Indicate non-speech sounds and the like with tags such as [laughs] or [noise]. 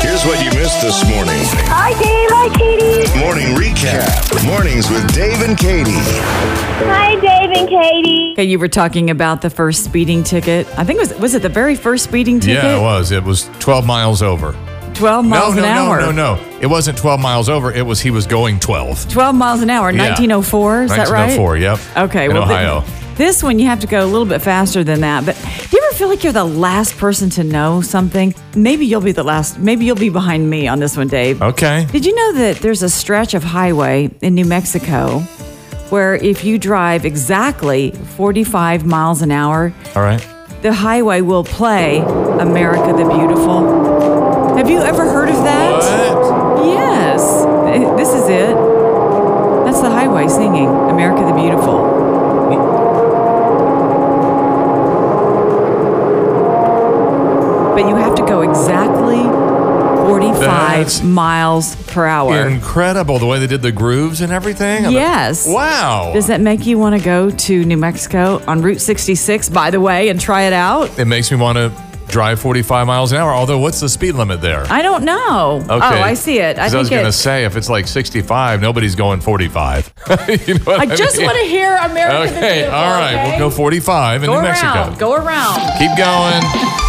Here's what you missed this morning. Hi, Dave. Hi, Katie. Morning recap. Mornings with Dave and Katie. Hi, Dave and Katie. Okay, you were talking about the first speeding ticket. I think it was was it the very first speeding ticket? Yeah, it was. It was 12 miles over. Twelve miles no, no, an hour. no, no, no. It wasn't 12 miles over. It was he was going 12. Twelve miles an hour. Yeah. Nineteen oh four. Is that right? 1904, yep. Okay. In well, th- Ohio. this one you have to go a little bit faster than that. But do you ever feel like you're the last person to know something? Maybe you'll be the last. Maybe you'll be behind me on this one, Dave. [laughs] okay. Did you know that there's a stretch of highway in New Mexico where if you drive exactly 45 miles an hour, All right. the highway will play America the Beautiful. Have you ever heard of that? Yes. Eh, This is it. That's the highway singing America the Beautiful. But you have to go exactly 45 That's miles per hour. Incredible the way they did the grooves and everything. Yes. Wow. Does that make you want to go to New Mexico on Route 66, by the way, and try it out? it makes me want to drive 45 miles an hour. Although, what's the speed limit there? I don't know. Oh, I see it. I 'Cause think I was going to it- say, [laughs] if it's like 65, nobody's going 45. [laughs] you know what I just mean? want to hear America the Okay, Beautiful. all right. okay? We'll go 45 in Go New around. Mexico. Go around. Keep going.